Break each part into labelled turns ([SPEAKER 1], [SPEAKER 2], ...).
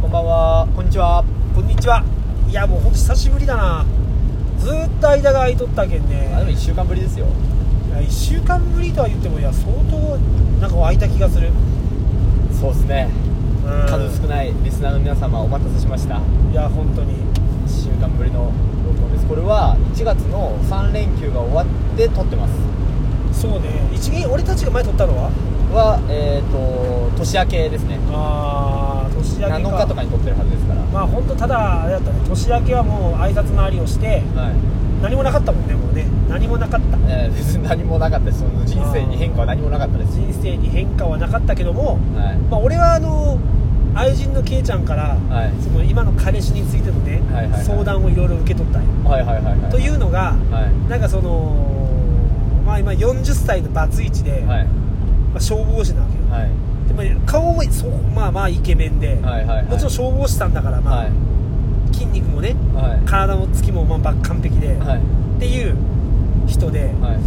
[SPEAKER 1] こんばんは
[SPEAKER 2] こんにちは
[SPEAKER 1] こんにちはい
[SPEAKER 2] やもうほんと久しぶりだなずーっと間が空いとったけんね
[SPEAKER 1] あでも1週間ぶりですよ
[SPEAKER 2] いや1週間ぶりとは言ってもいや相当なんか空いた気がする
[SPEAKER 1] そうですね
[SPEAKER 2] うん
[SPEAKER 1] 数少ないリスナーの皆様お待たせしました
[SPEAKER 2] いや本当に
[SPEAKER 1] 1週間ぶりの録音ですこれは1月の3連休が終わって撮ってます
[SPEAKER 2] そうね一元俺たちが前撮ったのは
[SPEAKER 1] はえっ、と年明けですね
[SPEAKER 2] ああ年明けか
[SPEAKER 1] 7日とかに撮ってるはずですから
[SPEAKER 2] まあ本当ただあれだったね年明けはもう挨拶回りをして
[SPEAKER 1] はい、
[SPEAKER 2] 何もなかったもんねもうね何もなかった
[SPEAKER 1] えー別に何もなかったですその人生に変化は何もなかったです
[SPEAKER 2] 人生に変化はなかったけども
[SPEAKER 1] はい
[SPEAKER 2] まあ俺はあの愛人のけいちゃんから
[SPEAKER 1] はい
[SPEAKER 2] その今の彼氏についてのね、
[SPEAKER 1] はいはいはい
[SPEAKER 2] 相談をいろいろ受け取ったんよ
[SPEAKER 1] はいはいはいはい
[SPEAKER 2] というのが
[SPEAKER 1] はい
[SPEAKER 2] なんかそのまあ今40歳のバツイチで、
[SPEAKER 1] はい
[SPEAKER 2] まあ、消防士なわけよ、
[SPEAKER 1] はい
[SPEAKER 2] でも顔もそうまあまあイケメン
[SPEAKER 1] は
[SPEAKER 2] で、
[SPEAKER 1] いはいはい
[SPEAKER 2] もちろん消防士さんだから、まあ
[SPEAKER 1] はい
[SPEAKER 2] 筋肉もね
[SPEAKER 1] はい
[SPEAKER 2] 体もつきもまあ完璧で、
[SPEAKER 1] はい
[SPEAKER 2] っていう人で、
[SPEAKER 1] はい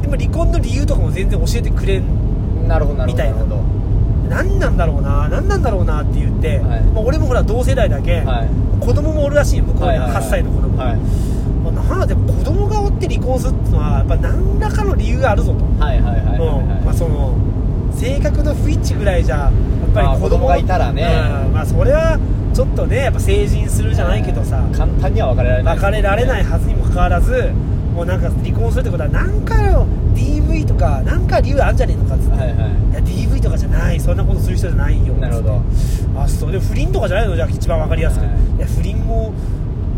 [SPEAKER 2] でも離婚の理由とかも全然教えてくれん
[SPEAKER 1] なるほどなるほど
[SPEAKER 2] みたいな
[SPEAKER 1] るほど
[SPEAKER 2] 何なんだろうな何なんだろうなって言って、
[SPEAKER 1] はい
[SPEAKER 2] まあ、俺もほら同世代だけ、
[SPEAKER 1] はい
[SPEAKER 2] 子供もおるらしいよ向こうに
[SPEAKER 1] はいはいはい
[SPEAKER 2] 8歳の子供が、
[SPEAKER 1] はい
[SPEAKER 2] まあ、なんだでも子供がおって離婚するってのはやっぱ何らかの理由があるぞと、
[SPEAKER 1] はいはいはいはい
[SPEAKER 2] うんまあ、
[SPEAKER 1] は
[SPEAKER 2] その性格の不一致ぐらいじゃやっぱ
[SPEAKER 1] まあ
[SPEAKER 2] り子供,、
[SPEAKER 1] 子供がいたらね
[SPEAKER 2] うんまあ、それはちょっとねやっぱ成人する
[SPEAKER 1] い
[SPEAKER 2] じゃないけどさ
[SPEAKER 1] 簡単には別れられない
[SPEAKER 2] 別れられないいはずにもかかわらずもうなんか離婚するってことは何かの DV とか何か理由あるんじゃねえのかっつって、、
[SPEAKER 1] はいいは
[SPEAKER 2] や DV とかじゃないそんなことする人じゃないよ
[SPEAKER 1] いなるほど
[SPEAKER 2] あそうでも不倫とかじゃないのじゃあ一番わかりやすく、
[SPEAKER 1] はい
[SPEAKER 2] い、や不倫も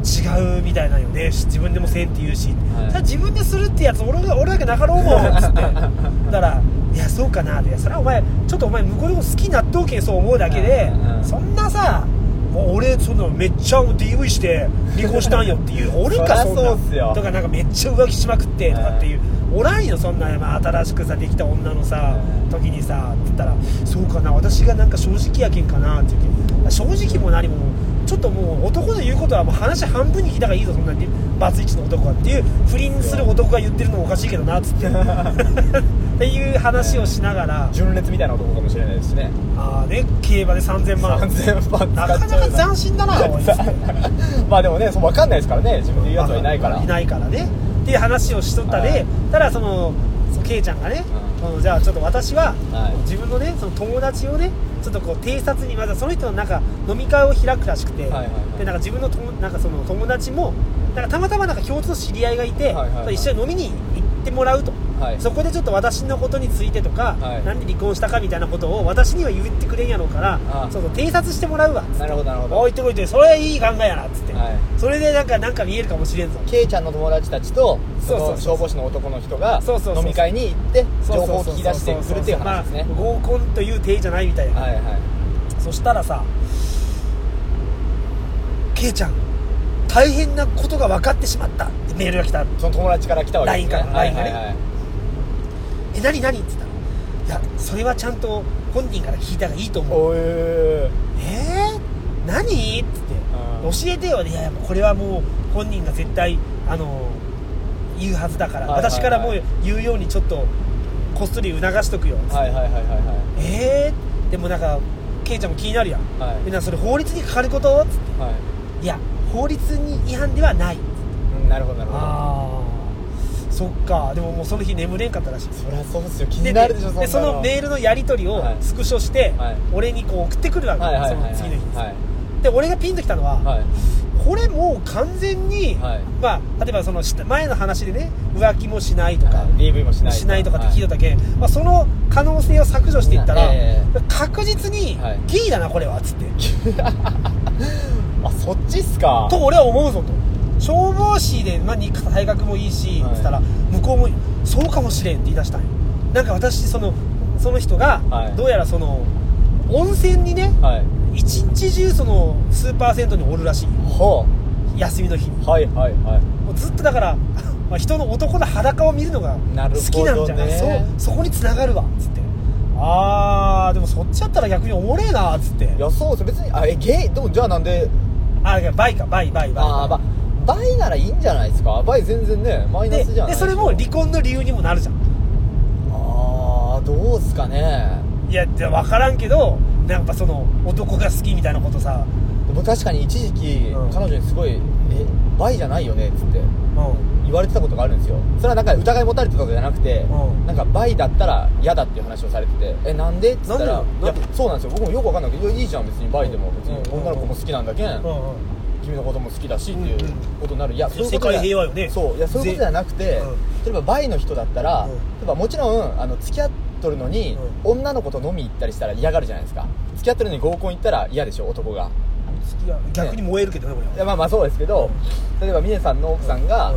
[SPEAKER 2] 違うみたいなんよね自分でもせんって言うし、
[SPEAKER 1] はい
[SPEAKER 2] じゃあ自分でするってやつ俺が俺だけなかろうもんっ つってだから「いやそうかな」って「いやそれはお前ちょっとお前向こうのこと好きになっとうけんそう思うだけで、
[SPEAKER 1] うんうん
[SPEAKER 2] そんなさもう俺そんなめっちゃ DV して離婚したんよっていうおるか
[SPEAKER 1] そり
[SPEAKER 2] そ
[SPEAKER 1] ゃ
[SPEAKER 2] んな
[SPEAKER 1] そうっすよ
[SPEAKER 2] とかなんかめっちゃ浮気しまくってとかっていう、おらんよそんな、まあ、新しくさできた女のさ、
[SPEAKER 1] うん
[SPEAKER 2] 時にさって言ったら「そうかな私がなんか正直やけんかな」って言うけど正直も何もちょっともう男の言うことはもう話半分に聞いた方がいいぞそんなにバツイチの男はっていう不倫する男が言ってるのもおかしいけどなっつってっていう話をしながら
[SPEAKER 1] 純烈みたいな男かもしれないですしね
[SPEAKER 2] ああね競馬で3000万
[SPEAKER 1] 3000万
[SPEAKER 2] なかなか斬新だなおい
[SPEAKER 1] まあでもねそう分かんないですからね自分で言うやつはいないから
[SPEAKER 2] いないからねっていう話をしとったで、
[SPEAKER 1] はい
[SPEAKER 2] ただそのそうケイちゃんがね、
[SPEAKER 1] う
[SPEAKER 2] うんじゃあちょっと私は、
[SPEAKER 1] はい
[SPEAKER 2] 自分のねその友達をねちょっとこう偵察にまずその人のなんか飲み会を開くらしくて、
[SPEAKER 1] いはいはい
[SPEAKER 2] でなんか自分のともなんかその友達もなんかたまたまなんか共通の知り合いがいて、
[SPEAKER 1] はいはいはい
[SPEAKER 2] 一緒に飲みに行ってもらうと。
[SPEAKER 1] はい
[SPEAKER 2] そこでちょっと私のことについてとか、
[SPEAKER 1] はい
[SPEAKER 2] なんで離婚したかみたいなことを私には言ってくれんやろうから
[SPEAKER 1] ああ
[SPEAKER 2] ちょっと偵察してもらうわ
[SPEAKER 1] なるほどなるほど
[SPEAKER 2] 置いておいてそれはいい考えやなっつって、
[SPEAKER 1] はい
[SPEAKER 2] それでなんかなんか見えるかもしれんぞ
[SPEAKER 1] ケイちゃんの友達たちと
[SPEAKER 2] そうそうそう
[SPEAKER 1] の消防士の男の人が
[SPEAKER 2] そうそうそう
[SPEAKER 1] 飲み会に行って
[SPEAKER 2] そ
[SPEAKER 1] 情
[SPEAKER 2] うそう
[SPEAKER 1] 報を
[SPEAKER 2] そう
[SPEAKER 1] 聞き出してくるっていう話ですね
[SPEAKER 2] まあ合コンという体じゃないみたいな、
[SPEAKER 1] はいはい
[SPEAKER 2] そしたらさ「ケイちゃん大変なことが分かってしまった」ってメールが来た
[SPEAKER 1] その友達から来たわけですね
[SPEAKER 2] LINE から
[SPEAKER 1] はい
[SPEAKER 2] LINE が
[SPEAKER 1] は
[SPEAKER 2] ね
[SPEAKER 1] いはい
[SPEAKER 2] 「え何何?」っつったら「いやそれはちゃんと本人から聞いた方がいいと思う」
[SPEAKER 1] おえ
[SPEAKER 2] 「えー、何?」っつって「
[SPEAKER 1] うん
[SPEAKER 2] 教えてよ」いやいやもうこれはもう本人が絶対あの言うはずだから、
[SPEAKER 1] はいはいはい
[SPEAKER 2] 私からもう言うようにちょっとこっそり促しとくよ」っつって
[SPEAKER 1] はいはいはいはいは
[SPEAKER 2] えー、でもなんかケイちゃんも気になるやん、
[SPEAKER 1] はい
[SPEAKER 2] みんなそれ法律にかかることつっ
[SPEAKER 1] いはい
[SPEAKER 2] ていや法律に違反ではない
[SPEAKER 1] うんなるほどなるほど
[SPEAKER 2] ああそっかでももうその日眠れんかったらしい
[SPEAKER 1] そりゃそうっすよ気になるでしょ
[SPEAKER 2] でそ
[SPEAKER 1] んな
[SPEAKER 2] のメールのやり取りを
[SPEAKER 1] はい
[SPEAKER 2] スクショして、
[SPEAKER 1] はい
[SPEAKER 2] 俺にこう送ってくるわけ、
[SPEAKER 1] はいはいはいはい
[SPEAKER 2] その次の日に、
[SPEAKER 1] はい
[SPEAKER 2] で俺がピンときたのは、
[SPEAKER 1] はい
[SPEAKER 2] これもう完全に、
[SPEAKER 1] はい
[SPEAKER 2] まあ、例えばその下前の話でね浮気もしないとか、
[SPEAKER 1] はい DV もしない
[SPEAKER 2] しないとかって聞いとったけん、まあ、その可能性を削除していったら、
[SPEAKER 1] え
[SPEAKER 2] 確実に
[SPEAKER 1] はい
[SPEAKER 2] ゲイだなこれはっつって、
[SPEAKER 1] あそっちっすか
[SPEAKER 2] と俺は思うぞと消防士で、まあ、に体格もいいし、
[SPEAKER 1] はい
[SPEAKER 2] つったら向こうも「そうかもしれん」って言い出したんよなんか私そのその人が、
[SPEAKER 1] はい
[SPEAKER 2] どうやらその温泉にね
[SPEAKER 1] はい
[SPEAKER 2] 一日中そのスーパー銭湯におるらしい
[SPEAKER 1] ほ
[SPEAKER 2] 休みの日に
[SPEAKER 1] うはいはいはい
[SPEAKER 2] もうずっとだから まあ人の男の裸を見るのが
[SPEAKER 1] なるほどね
[SPEAKER 2] 好きなんじゃないそうそこに繋がるわっつってあーでもそっちやったら逆におもれえなっつって
[SPEAKER 1] いやそうっす別にあえゲイでもじゃあなんで
[SPEAKER 2] あだからバイかバイバイバイ
[SPEAKER 1] ああば倍ならいいんじゃないですか倍全然ねマイナ
[SPEAKER 2] で
[SPEAKER 1] スじゃない
[SPEAKER 2] でそれも離婚の理由にもなるじゃん
[SPEAKER 1] ああどうっすかね
[SPEAKER 2] いやじゃあ分からんけどなんかその男が好きみたいなことさ、
[SPEAKER 1] でも確かに一時期、
[SPEAKER 2] うん
[SPEAKER 1] 彼女にすごい「えバイじゃないよね」っつって
[SPEAKER 2] う
[SPEAKER 1] 言われてたことがあるんですよそれはなんか疑い持たれてたとかじゃなくて、
[SPEAKER 2] うん
[SPEAKER 1] なんかバイだったら嫌だっていう話をされてて「えなんで?」っつったら
[SPEAKER 2] なんで
[SPEAKER 1] いや
[SPEAKER 2] なんで
[SPEAKER 1] そうなんですよ僕もよくわかんないけどいや「いいじゃん別にバイでも別に
[SPEAKER 2] うん
[SPEAKER 1] 女の子も好きなんだけん、
[SPEAKER 2] んうん
[SPEAKER 1] 君のことも好きだし」っていう
[SPEAKER 2] うんうん
[SPEAKER 1] ことになるいやそういうこと
[SPEAKER 2] 世界平和よね
[SPEAKER 1] そういやそういうことじゃなくて、
[SPEAKER 2] うん
[SPEAKER 1] 例えばバイの人だったら、
[SPEAKER 2] うん
[SPEAKER 1] 例えばもちろんあの付き合っとるのに、女の子と飲み行ったりしたら嫌がるじゃないですか付き合ってるのに合コン行ったら嫌でしょ男が
[SPEAKER 2] 好きや逆に燃えるけどね
[SPEAKER 1] い
[SPEAKER 2] 俺
[SPEAKER 1] や
[SPEAKER 2] は
[SPEAKER 1] まあまあそうですけど例えば峰さんの奥さんが
[SPEAKER 2] うん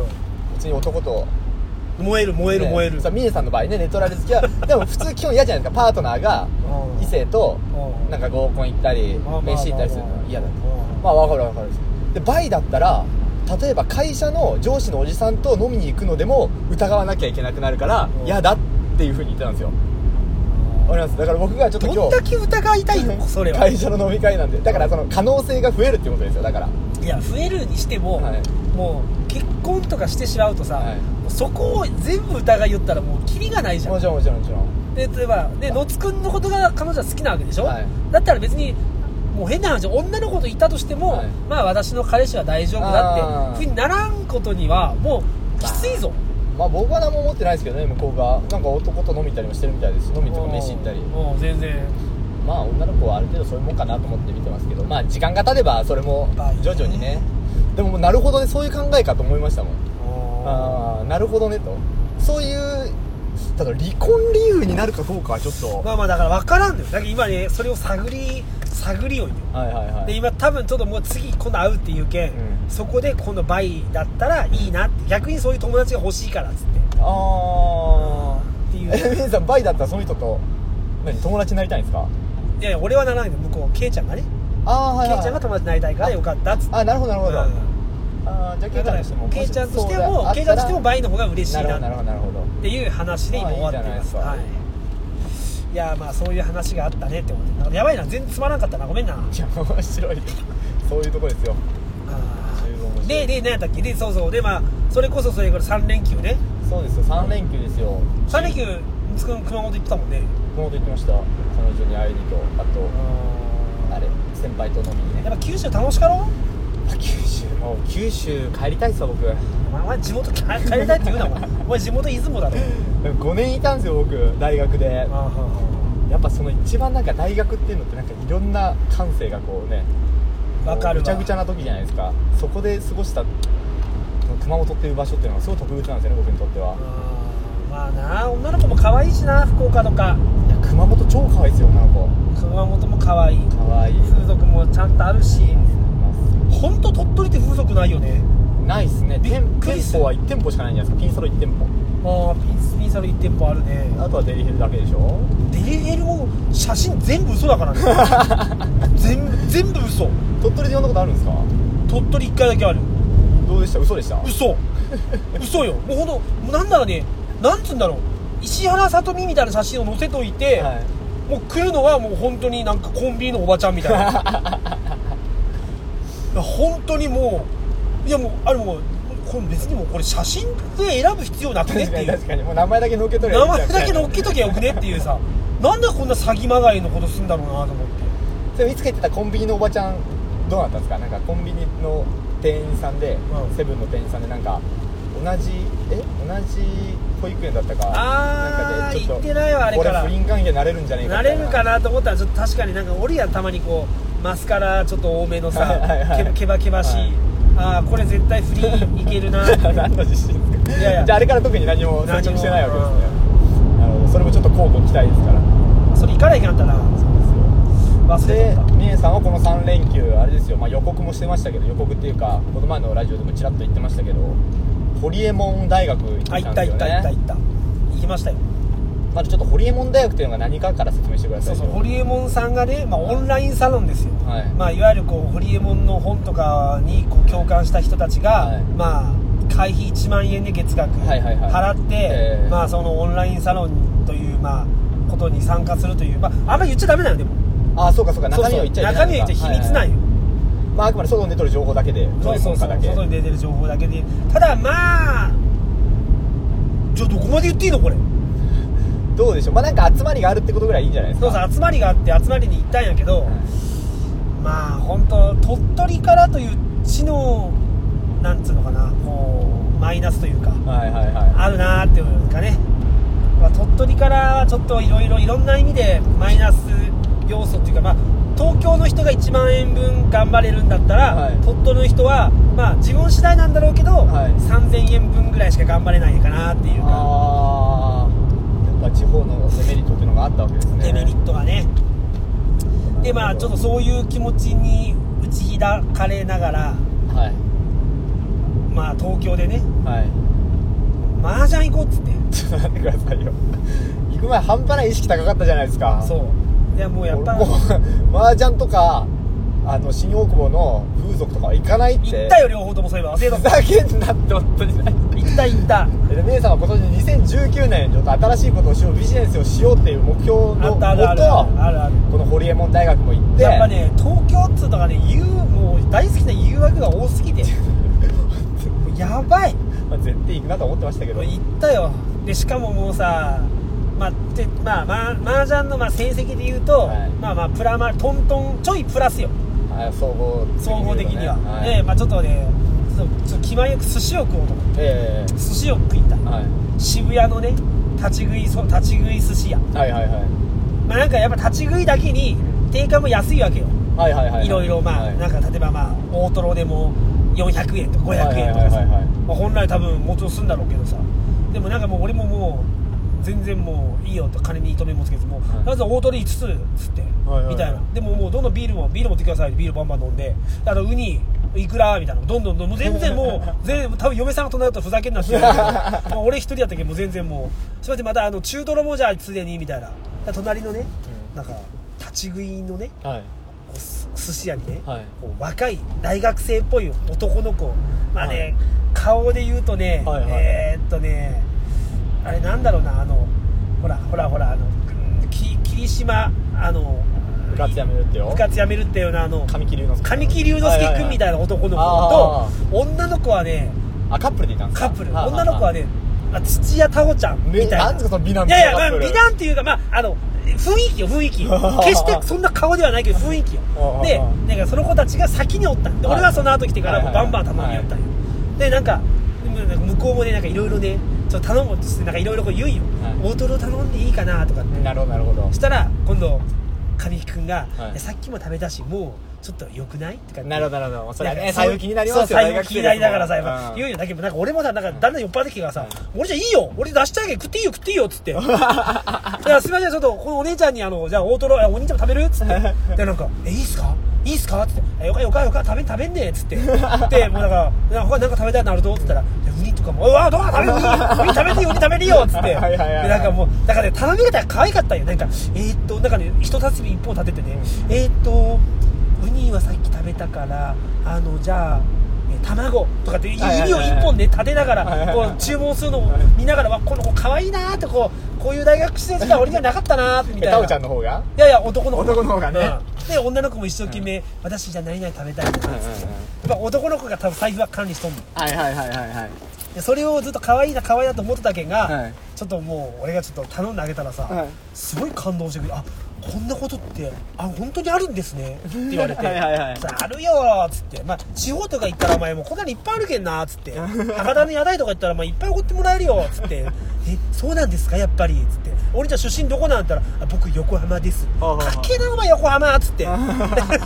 [SPEAKER 1] 別に男と
[SPEAKER 2] 燃える燃える
[SPEAKER 1] ね
[SPEAKER 2] 燃える、
[SPEAKER 1] さあ峰さんの場合ねネトラル 付き合うでも普通基本嫌じゃないですかパートナーが
[SPEAKER 2] うん
[SPEAKER 1] 異性と
[SPEAKER 2] うん
[SPEAKER 1] なんか合コン行ったり
[SPEAKER 2] まあまあ
[SPEAKER 1] 飯行ったりするの嫌だと
[SPEAKER 2] うん
[SPEAKER 1] まあ分かる分かるでバイだったら例えば会社の上司のおじさんと飲みに行くのでも疑わなきゃいけなくなるから
[SPEAKER 2] うん
[SPEAKER 1] 嫌だっていうふうに言ってたんですよわかりますだから僕がちょっと今
[SPEAKER 2] どんだ
[SPEAKER 1] 日
[SPEAKER 2] け疑いたいの それは
[SPEAKER 1] 会社の飲み会なんでだからその可能性が増えるってことですよだから
[SPEAKER 2] いや増えるにしても、
[SPEAKER 1] はい
[SPEAKER 2] もう結婚とかしてしまうとさ、
[SPEAKER 1] はい
[SPEAKER 2] もうそこを全部疑い言ったらもうキリがないじゃん
[SPEAKER 1] もちろんもちろんもちろん
[SPEAKER 2] で例えばで野津君のことが彼女は好きなわけでしょ、
[SPEAKER 1] はい
[SPEAKER 2] だったら別にもう変な話女の子といたとしても、
[SPEAKER 1] はい
[SPEAKER 2] まあ私の彼氏は大丈夫だっ
[SPEAKER 1] あー
[SPEAKER 2] てふうにならんことにはもうきついぞ
[SPEAKER 1] まあ僕は何も思ってないですけどね向こうがなんか男と飲みたりもしてるみたいですし飲みとか飯行ったり
[SPEAKER 2] うんうん全然
[SPEAKER 1] まあ女の子はある程度そういうもんかなと思って見てますけどまあ時間が経てばそれも徐々にねでもなるほどねそういう考えかと思いましたもんああなるほどねとそういうただ離婚理由になるかどうかはちょっと
[SPEAKER 2] まあまあだから分からんのよだから今ねそれを探り探りよいよ
[SPEAKER 1] はいはいは
[SPEAKER 2] で
[SPEAKER 1] い
[SPEAKER 2] 今多分ちょっともう次今度会うっていうけん、
[SPEAKER 1] うん
[SPEAKER 2] そこで今度バイだったらいいなって逆にそういう友達が欲しいからっつって
[SPEAKER 1] あ
[SPEAKER 2] ってい
[SPEAKER 1] あえ
[SPEAKER 2] う
[SPEAKER 1] みさんバイだったらその人と何友達になりたいんですか
[SPEAKER 2] いやいや俺はならないけど向こうケイちゃんがね
[SPEAKER 1] ああ
[SPEAKER 2] ケ
[SPEAKER 1] はい
[SPEAKER 2] イ
[SPEAKER 1] はい
[SPEAKER 2] ちゃんが友達になりたいからよかったっつって
[SPEAKER 1] あなるほどなるほど、
[SPEAKER 2] うん
[SPEAKER 1] ああじゃあケイ
[SPEAKER 2] だ
[SPEAKER 1] ち
[SPEAKER 2] か
[SPEAKER 1] ゃん
[SPEAKER 2] ら
[SPEAKER 1] としても
[SPEAKER 2] ケイちゃんとして
[SPEAKER 1] そうだ
[SPEAKER 2] も
[SPEAKER 1] あ
[SPEAKER 2] ケイちゃんとしても
[SPEAKER 1] ったら
[SPEAKER 2] 倍の方が嬉しい
[SPEAKER 1] なるほ
[SPEAKER 2] な
[SPEAKER 1] どなる
[SPEAKER 2] っ
[SPEAKER 1] ほどなるほど
[SPEAKER 2] ていう話で今終わってます
[SPEAKER 1] あいいじゃ
[SPEAKER 2] は
[SPEAKER 1] ないです
[SPEAKER 2] いいやまあそういう話があったねって思ってなんかやばいな全然つまらんかったなごめんない
[SPEAKER 1] や面白いそういうとこですよ
[SPEAKER 2] あ
[SPEAKER 1] 十分面
[SPEAKER 2] ー
[SPEAKER 1] 白
[SPEAKER 2] で
[SPEAKER 1] い
[SPEAKER 2] で何やったっけでそうそうでまあそれこそそれから3連休ね
[SPEAKER 1] そうですよ3連休ですよ
[SPEAKER 2] 3連休息子の熊本行ってたもんね
[SPEAKER 1] 熊本行ってました彼女に会いにとあとあれ先輩と飲みにね
[SPEAKER 2] やっぱ九州楽しかろ
[SPEAKER 1] あ九州もう九州帰りたいっすわ僕
[SPEAKER 2] お前お前地元帰帰りたいって言うなお前お前地元出雲だろ
[SPEAKER 1] 5年いたんですよ僕大学でやっぱその一番なんか大学っていうのってなんかいろんな感性がこうね
[SPEAKER 2] わかるわ
[SPEAKER 1] ぐちゃぐちゃな時じゃないですかそこで過ごした熊本っていう場所っていうのはすごい特別なんですよね僕にとっては
[SPEAKER 2] あーまあな女の子も可愛いしな福岡とか
[SPEAKER 1] いや熊本超可愛いですよ女の
[SPEAKER 2] 熊本も可愛い
[SPEAKER 1] 子可愛い
[SPEAKER 2] 風俗もちゃんとあるし
[SPEAKER 1] ま
[SPEAKER 2] 本当鳥取って風俗ないよ
[SPEAKER 1] す
[SPEAKER 2] ね
[SPEAKER 1] ないっすね
[SPEAKER 2] びっ
[SPEAKER 1] 店
[SPEAKER 2] くり
[SPEAKER 1] 店
[SPEAKER 2] する
[SPEAKER 1] 舗は1店舗しかないんじゃないですかピンサロ1店舗
[SPEAKER 2] ああピンスピンサロ1店舗あるね
[SPEAKER 1] あとはデリヘルだけでしょ
[SPEAKER 2] デリヘルも写真全部嘘だからね全部全部嘘
[SPEAKER 1] 鳥取で呼んだことあるんですか
[SPEAKER 2] 鳥取1回だけある
[SPEAKER 1] どうでした嘘でした
[SPEAKER 2] 嘘嘘よもうほんともうなんならねなんつうんだろう石原さとみみたいな写真を載せといて、
[SPEAKER 1] はい
[SPEAKER 2] もう来るのはもう本当になんかコンビニのおばちゃんみたいないや本当にもういやもうあれもうこれ別にもうこれ写真で選ぶ必要なくねっ
[SPEAKER 1] 確か
[SPEAKER 2] て
[SPEAKER 1] に
[SPEAKER 2] いう
[SPEAKER 1] 確かにもう名前だけのっけとりゃいい
[SPEAKER 2] 名
[SPEAKER 1] みたい
[SPEAKER 2] 前
[SPEAKER 1] な
[SPEAKER 2] だけ乗っ けときゃよくねっていうさなんでこんな詐欺まがいのことすんだろうなと思って
[SPEAKER 1] でもいつか言ってたコンビニのおばちゃんどうなったんですかなんかコンビニの店員さんで、
[SPEAKER 2] うん
[SPEAKER 1] セブンの店員さんでなんか同じえ同じ保育園だったか
[SPEAKER 2] あ
[SPEAKER 1] なん
[SPEAKER 2] ー
[SPEAKER 1] かでちょっと
[SPEAKER 2] 行ってないわあれから
[SPEAKER 1] 俺不倫関係になれるんじゃねえか
[SPEAKER 2] な
[SPEAKER 1] みた
[SPEAKER 2] れ
[SPEAKER 1] い
[SPEAKER 2] るかなと思ったらちょっと確かになんかおるやんたまにこうマスカラちょっと多めのさ、
[SPEAKER 1] はいはいはい
[SPEAKER 2] けばけばけばしい、
[SPEAKER 1] はい
[SPEAKER 2] ああこれ絶対フリーいける な
[SPEAKER 1] 何の実信ですか
[SPEAKER 2] いやいや
[SPEAKER 1] じゃああれから特に何も接
[SPEAKER 2] 何も
[SPEAKER 1] 近してないわけですねなるほどそれもちょっと交互期待ですから
[SPEAKER 2] それ行かないけなったら忘れ
[SPEAKER 1] で
[SPEAKER 2] とった
[SPEAKER 1] みえさんはこの3連休あれですよ、まあ、予告もしてましたけど予告っていうかこの前のラジオでもちらっと言ってましたけどホリエモン大学行ってきた
[SPEAKER 2] あ
[SPEAKER 1] ん
[SPEAKER 2] 行った
[SPEAKER 1] です
[SPEAKER 2] 行
[SPEAKER 1] よ
[SPEAKER 2] った行った
[SPEAKER 1] ね
[SPEAKER 2] 行った行きましたよ
[SPEAKER 1] まずちょっとホリエモン大学っていうのが何かから説明してくださ
[SPEAKER 2] そう
[SPEAKER 1] い
[SPEAKER 2] そうホリエモンさんがね、まあ、オンラインサロンですよ、
[SPEAKER 1] はい
[SPEAKER 2] まあ、いわゆるこうホリエモンの本とかにこう共感した人たちが、
[SPEAKER 1] はい
[SPEAKER 2] まあ会費1万円で月額
[SPEAKER 1] はいはいはい
[SPEAKER 2] 払って、
[SPEAKER 1] ええ
[SPEAKER 2] まあ、そのオンラインサロンという、まあ、ことに参加するという、まあ、あんまり言っちゃダメなのでも
[SPEAKER 1] ああそうかそうか中身を
[SPEAKER 2] そう
[SPEAKER 1] 言っち
[SPEAKER 2] そう
[SPEAKER 1] ゃいけ
[SPEAKER 2] 中
[SPEAKER 1] ない
[SPEAKER 2] 身を言っちゃ秘密なんよ、
[SPEAKER 1] まああくまで外に出とる情報だけで
[SPEAKER 2] そうそうそう
[SPEAKER 1] どいもんかだけ
[SPEAKER 2] 外に出てる情報だけでただまあじゃあどこまで言っていいのこれ
[SPEAKER 1] どうでしょうまあなんか集まりがあるってことぐらいいいんじゃないです
[SPEAKER 2] そ
[SPEAKER 1] か
[SPEAKER 2] うそう集まりがあって集まりに行ったんやけど、
[SPEAKER 1] はい
[SPEAKER 2] まあ本当鳥取からという地のなんつうのかなこうマイナスというか
[SPEAKER 1] はいはいは
[SPEAKER 2] あるなーっていうかね、まあ、鳥取からはちょっといろいろいろんな意味でマイナス要素っていうか、まあ、東京の人が1万円分頑張れるんだったら、
[SPEAKER 1] はい
[SPEAKER 2] 鳥取の人は、まあ、自分次第なんだろうけど、
[SPEAKER 1] はい
[SPEAKER 2] 3000円分ぐらいしか頑張れないかなっていう
[SPEAKER 1] い
[SPEAKER 2] か
[SPEAKER 1] ああやっぱ地方のデメリットっていうのがあったわけですね
[SPEAKER 2] デメリットがねでまあちょっとそういう気持ちに打ち開かれながら
[SPEAKER 1] とはい
[SPEAKER 2] まあ東京でね
[SPEAKER 1] はい
[SPEAKER 2] 麻雀行こうっつって
[SPEAKER 1] ちょっと待ってくださいよ 行く前半端ない意識高かったじゃないですか
[SPEAKER 2] そういやもうやっぱ
[SPEAKER 1] 俺も
[SPEAKER 2] 行
[SPEAKER 1] う麻雀とかあの新大久保の風俗とかは行かないって
[SPEAKER 2] ったよ両方ともそういえば忘れ
[SPEAKER 1] ふ
[SPEAKER 2] た
[SPEAKER 1] ざけんなって 本当にない
[SPEAKER 2] 行った行った
[SPEAKER 1] で姉さんは今年2019年ちょっと新しいことをしようビジネスをしようっていう目標の
[SPEAKER 2] あ
[SPEAKER 1] も
[SPEAKER 2] ったあるある
[SPEAKER 1] と
[SPEAKER 2] あるある
[SPEAKER 1] このホリエモン大学も行って
[SPEAKER 2] やっぱね東京っつうのがね言うもう大好きな誘惑が多すぎて もうやばい
[SPEAKER 1] まあ絶対行くなと思ってましたけ
[SPEAKER 2] も
[SPEAKER 1] ど
[SPEAKER 2] う行ったよでしかももうさまあてまあまあ麻雀のまあ成績で言うと、
[SPEAKER 1] はい
[SPEAKER 2] まあまあプラマトントンちょいプラスよ
[SPEAKER 1] あ総合的に
[SPEAKER 2] 総合的には、
[SPEAKER 1] ねはい
[SPEAKER 2] でまあちょっとねちょっとちょっと気前よく寿司を食おうと思って
[SPEAKER 1] え
[SPEAKER 2] 寿司を食いに行っ
[SPEAKER 1] えはい
[SPEAKER 2] た渋谷のね立ち食いそ立ち食い寿司屋
[SPEAKER 1] はいはいはい
[SPEAKER 2] まあなんかやっぱ立ち食いだけに定価も安いわけよ
[SPEAKER 1] はいはいはい
[SPEAKER 2] いろいろまあ、
[SPEAKER 1] はい
[SPEAKER 2] なんか例えばまあ大トロでも400円とか500円とかさ、
[SPEAKER 1] はいはいはいはい
[SPEAKER 2] まあ、本来多分もうちょっとするんだろうけどさでもなんかもう俺ももう全然もういいよと金に糸目もつけずもう、
[SPEAKER 1] はい
[SPEAKER 2] まずは大トロ5つっつって、
[SPEAKER 1] はいはい
[SPEAKER 2] みたいなでももうどんどんビールもビール持ってくださいってビールバンバン飲んであとウニいくらみたいなどんどんどんもう全然も う全然多分嫁さんが隣だとふざけんなって言われるけどまあ俺一人だったけどもう全然もうすいませんまたあの中トロもじゃあついでにみたいなだから隣のね、
[SPEAKER 1] うん
[SPEAKER 2] なんか立ち食いのね
[SPEAKER 1] はい
[SPEAKER 2] こうす寿司屋にね、
[SPEAKER 1] はい
[SPEAKER 2] こう若い大学生っぽい男の子まあね、
[SPEAKER 1] はい
[SPEAKER 2] 顔で言うとね、
[SPEAKER 1] はいはい
[SPEAKER 2] えーっとねあれなんだろうなあのほらほらほらあのうんき霧島あの
[SPEAKER 1] 部活やめるってよ
[SPEAKER 2] 部活やめるっていうようなあの
[SPEAKER 1] 神木隆之介
[SPEAKER 2] 神木隆之介君みたい
[SPEAKER 1] な
[SPEAKER 2] な男の子と、
[SPEAKER 1] あ
[SPEAKER 2] 女の子はね
[SPEAKER 1] あカップルでいたんです
[SPEAKER 2] カ
[SPEAKER 1] か
[SPEAKER 2] ップル
[SPEAKER 1] はあはあ
[SPEAKER 2] 女の子はねあ土屋太鳳ちゃんみたいな
[SPEAKER 1] なんですかその美男
[SPEAKER 2] い
[SPEAKER 1] みた
[SPEAKER 2] やい
[SPEAKER 1] い
[SPEAKER 2] や、
[SPEAKER 1] な
[SPEAKER 2] まあ、
[SPEAKER 1] カップル
[SPEAKER 2] 美談っていうか、まあ、あの、雰囲気よ、雰 囲気。決してそんな顔ではないけど、雰囲気よ
[SPEAKER 1] あ。あ
[SPEAKER 2] で
[SPEAKER 1] あ、
[SPEAKER 2] なんかその子たちが先におったんで、
[SPEAKER 1] はい
[SPEAKER 2] 俺はその後来てから、
[SPEAKER 1] はい
[SPEAKER 2] もうバンバン頼み合ったんよ。で、なんか、でもなんか向こうもね、なんかいろいろね、ちょっと頼もうとして、なんかいろいろこう言うんよ
[SPEAKER 1] はい。
[SPEAKER 2] 大トロ頼んでいいかなとかって。
[SPEAKER 1] なるほどなるほど
[SPEAKER 2] したら、今度、神木くんが、
[SPEAKER 1] はい
[SPEAKER 2] いやさっきも食べたし、もう、ちょっと良くないとかって
[SPEAKER 1] なるほどなるほどそれは
[SPEAKER 2] なん
[SPEAKER 1] ね
[SPEAKER 2] か
[SPEAKER 1] 財布気になります
[SPEAKER 2] そう
[SPEAKER 1] よ
[SPEAKER 2] 財布気になりながらさ、やっぱ言う
[SPEAKER 1] う
[SPEAKER 2] よ。だけど、なんか俺もさ、なんかだんだん酔っ払ってきてからさ、俺じゃいいよ俺出したいけど食っていいよ食っていいよっつって。いや、すいません、ちょっと、このお姉ちゃんにあの、じゃあ大トロ、あお兄ちゃんも食べるっつって。で、なんか、え、いいっすかいいっすかっつって。えよかよかよか、食べん食べんねっつって。で、もうなんか、なんかなんか食べたいのあるとっつったら、いやウニとかも、うわ、どうだ食べるウニウニ食べていいよウニ食べるよっつって。で、
[SPEAKER 1] はいはいはい
[SPEAKER 2] なんかもう、なんかね、頼み方が可愛かったんよ。なんか、えーっと、なんかね、人たつび一本立ててね、えーっと、ウニはさっき食べたからあのじゃあえ卵とかって指
[SPEAKER 1] はいはい
[SPEAKER 2] を
[SPEAKER 1] はい
[SPEAKER 2] 1本で立てなが
[SPEAKER 1] はいは
[SPEAKER 2] ら
[SPEAKER 1] いはい
[SPEAKER 2] こう注文するのを見ながらわこの子可愛いなーってこうこういう大学生時代俺にはなかったなーみ
[SPEAKER 1] え
[SPEAKER 2] たい
[SPEAKER 1] タオ
[SPEAKER 2] な
[SPEAKER 1] ちゃんの方が
[SPEAKER 2] いやいや男の子
[SPEAKER 1] 男の方がね
[SPEAKER 2] うんで女の子も一生懸命私じゃあ何々食べたいとかやっ
[SPEAKER 1] は
[SPEAKER 2] ぱ男の子が多分財布は管理しとんの
[SPEAKER 1] いはいはいはいはい
[SPEAKER 2] でそれをずっと可愛いな可愛いなと思ってたけんが、
[SPEAKER 1] はい
[SPEAKER 2] ちょっともう俺がちょっと頼んであげたらさ、
[SPEAKER 1] はい
[SPEAKER 2] すごい感動してくれあこんなことってあ本当にあるんですねって言 われて
[SPEAKER 1] はいはいはい
[SPEAKER 2] そしたらあるよーっつって、まあ、地方とか行ったらお前もうこんなにいっぱいあるけんなーっつって博多の屋台とか行ったらまあいっぱいおごってもらえるよーっつってえそうなんですかやっぱりっつって俺じゃあ出身どこなんって言ったらあ僕横浜です
[SPEAKER 1] はあはあ
[SPEAKER 2] かっけえなお前横浜っつって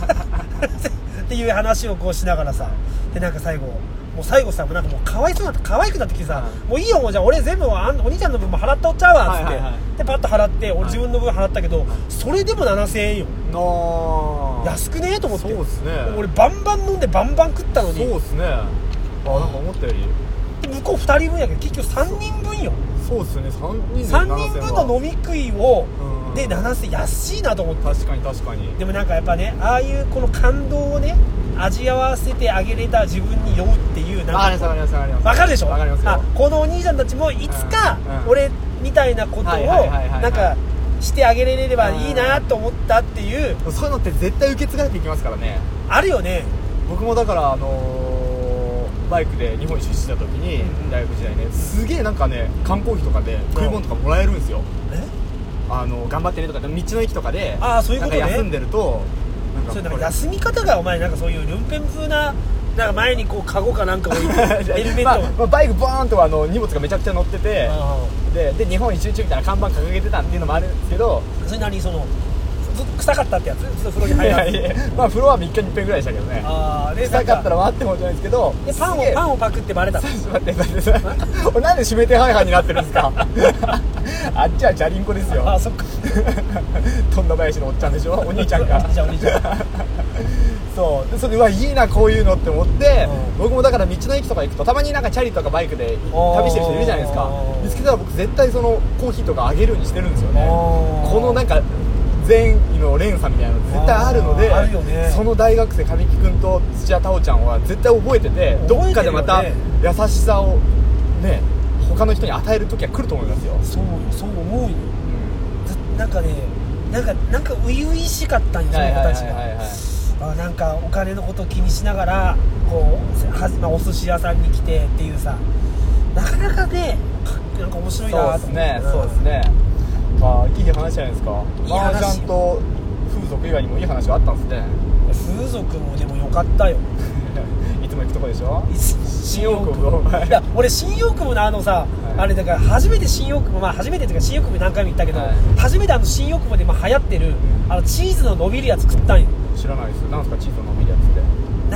[SPEAKER 2] っていう話をこうしながらさでなんか最後もう最後さもうなんかもうかわいそうになって可愛くなってきてさ、
[SPEAKER 1] う
[SPEAKER 2] もういいよもうじゃあ俺全部あんお兄ちゃんの分も払っておっちゃうわっつって、
[SPEAKER 1] はいはいは
[SPEAKER 2] でパッと払って俺自分の分払ったけど、それでも7000円よ
[SPEAKER 1] の
[SPEAKER 2] 安くねえと思って
[SPEAKER 1] そうっすね
[SPEAKER 2] 俺バンバン飲んでバンバン食ったのに
[SPEAKER 1] そうっすねあなんか思ったより
[SPEAKER 2] で向こう2人分やけど結局3人分よ
[SPEAKER 1] そうっすね三人で
[SPEAKER 2] 3人分の飲み食いを
[SPEAKER 1] うん
[SPEAKER 2] で7000円安いなと思って
[SPEAKER 1] 確かに確かに
[SPEAKER 2] でもなんかやっぱねああいうこの感動をね味合わせてあげれた自分に酔うっていうなんか
[SPEAKER 1] ありますわかりますわかります
[SPEAKER 2] わかるでしょ
[SPEAKER 1] わかりますよ
[SPEAKER 2] あこのお兄ちゃんたちもいつか
[SPEAKER 1] うんうん
[SPEAKER 2] 俺みたいなことを
[SPEAKER 1] はいはいはいはいはい
[SPEAKER 2] なんかしてあげれればいいなと思ったっていう
[SPEAKER 1] そういうのって絶対受け継がれていきますからね
[SPEAKER 2] あるよね
[SPEAKER 1] 僕もだからあのーバイクで日本一周してた時に
[SPEAKER 2] うん
[SPEAKER 1] 大学時代ねすげえなんかね観光費とかで食い物とかもらえるんですよ
[SPEAKER 2] え
[SPEAKER 1] あの頑張ってねとか道の駅とかで
[SPEAKER 2] あーそういうことね
[SPEAKER 1] なんか休んでるとなん
[SPEAKER 2] それなん
[SPEAKER 1] こ
[SPEAKER 2] か
[SPEAKER 1] れ
[SPEAKER 2] 休み方がお前なんかそういうルンペン風ななんか前にこうカゴかなんか置 いてヘルメ
[SPEAKER 1] ま
[SPEAKER 2] ット
[SPEAKER 1] あまあバイクボーンとあの荷物がめちゃくちゃ乗ってて
[SPEAKER 2] あ
[SPEAKER 1] でで日本一周中みたいな看板掲げてたっていうのもあるんですけど
[SPEAKER 2] あそれ何そのずっと臭かったってやつずっと風呂に
[SPEAKER 1] い
[SPEAKER 2] 入ら
[SPEAKER 1] や
[SPEAKER 2] ず
[SPEAKER 1] いや まあフロア3日に1遍ぐらいでしたけどね
[SPEAKER 2] ああで
[SPEAKER 1] 臭かった
[SPEAKER 2] ら
[SPEAKER 1] ら回ってもじゃないですけど
[SPEAKER 2] でパン
[SPEAKER 1] すげ
[SPEAKER 2] を
[SPEAKER 1] え
[SPEAKER 2] パンをパクってバレたの
[SPEAKER 1] ちょっと待って待って待って 俺なんで指名手配犯になってるんですか あっちはチャリンコですよ
[SPEAKER 2] あ あそっか
[SPEAKER 1] 富田林のおっちゃんでしょお兄ちゃん
[SPEAKER 2] お
[SPEAKER 1] が
[SPEAKER 2] 兄ちゃんお兄ちゃん
[SPEAKER 1] そうでそれうわいいなこういうのって思って、
[SPEAKER 2] うん
[SPEAKER 1] 僕もだから道の駅とか行くとたまになんかチャリとかバイクで
[SPEAKER 2] おー
[SPEAKER 1] 旅してる人いるじゃないですか見つけたら僕絶対そのコーヒーとかあげるようにしてるんですよね
[SPEAKER 2] お ー
[SPEAKER 1] このなんか善意の連鎖みたいなの絶対あるので
[SPEAKER 2] あーあるよね
[SPEAKER 1] その大学生神木君と土屋太鳳ちゃんは絶対覚えてて
[SPEAKER 2] 覚えてるよね
[SPEAKER 1] どっかでまた優しさをね他の人に与える時は来ると思いますよ、
[SPEAKER 2] そうよそう思うよずなんかねなんかなんか初々しかったんよその
[SPEAKER 1] はい
[SPEAKER 2] 子
[SPEAKER 1] はいは
[SPEAKER 2] た
[SPEAKER 1] い
[SPEAKER 2] ちが、
[SPEAKER 1] はいはい
[SPEAKER 2] あなんかお金のことを気にしながらこうは、まあ、お寿司屋さんに来てっていうさなかなかねかなんか面白い
[SPEAKER 1] そう
[SPEAKER 2] な
[SPEAKER 1] で
[SPEAKER 2] と
[SPEAKER 1] す
[SPEAKER 2] 思
[SPEAKER 1] ね、そうですね。まあ、いい話じゃないですか。
[SPEAKER 2] いい話
[SPEAKER 1] マージャンと風俗以外にもいい話があったんですね。
[SPEAKER 2] うん風俗もでも良かったよ
[SPEAKER 1] いつも行くとこでしょ。
[SPEAKER 2] 新
[SPEAKER 1] 大久保
[SPEAKER 2] いや俺新大久保のあのさ、
[SPEAKER 1] い
[SPEAKER 2] あれだから初めて新大久保まあ初めてというか新大久保何回も行ったけど、
[SPEAKER 1] はい
[SPEAKER 2] 初めてあの新大久保で今流行ってるあのチーズの伸びるやつ食ったんよ
[SPEAKER 1] 知らないです。なんすか、チーズの伸びるやつ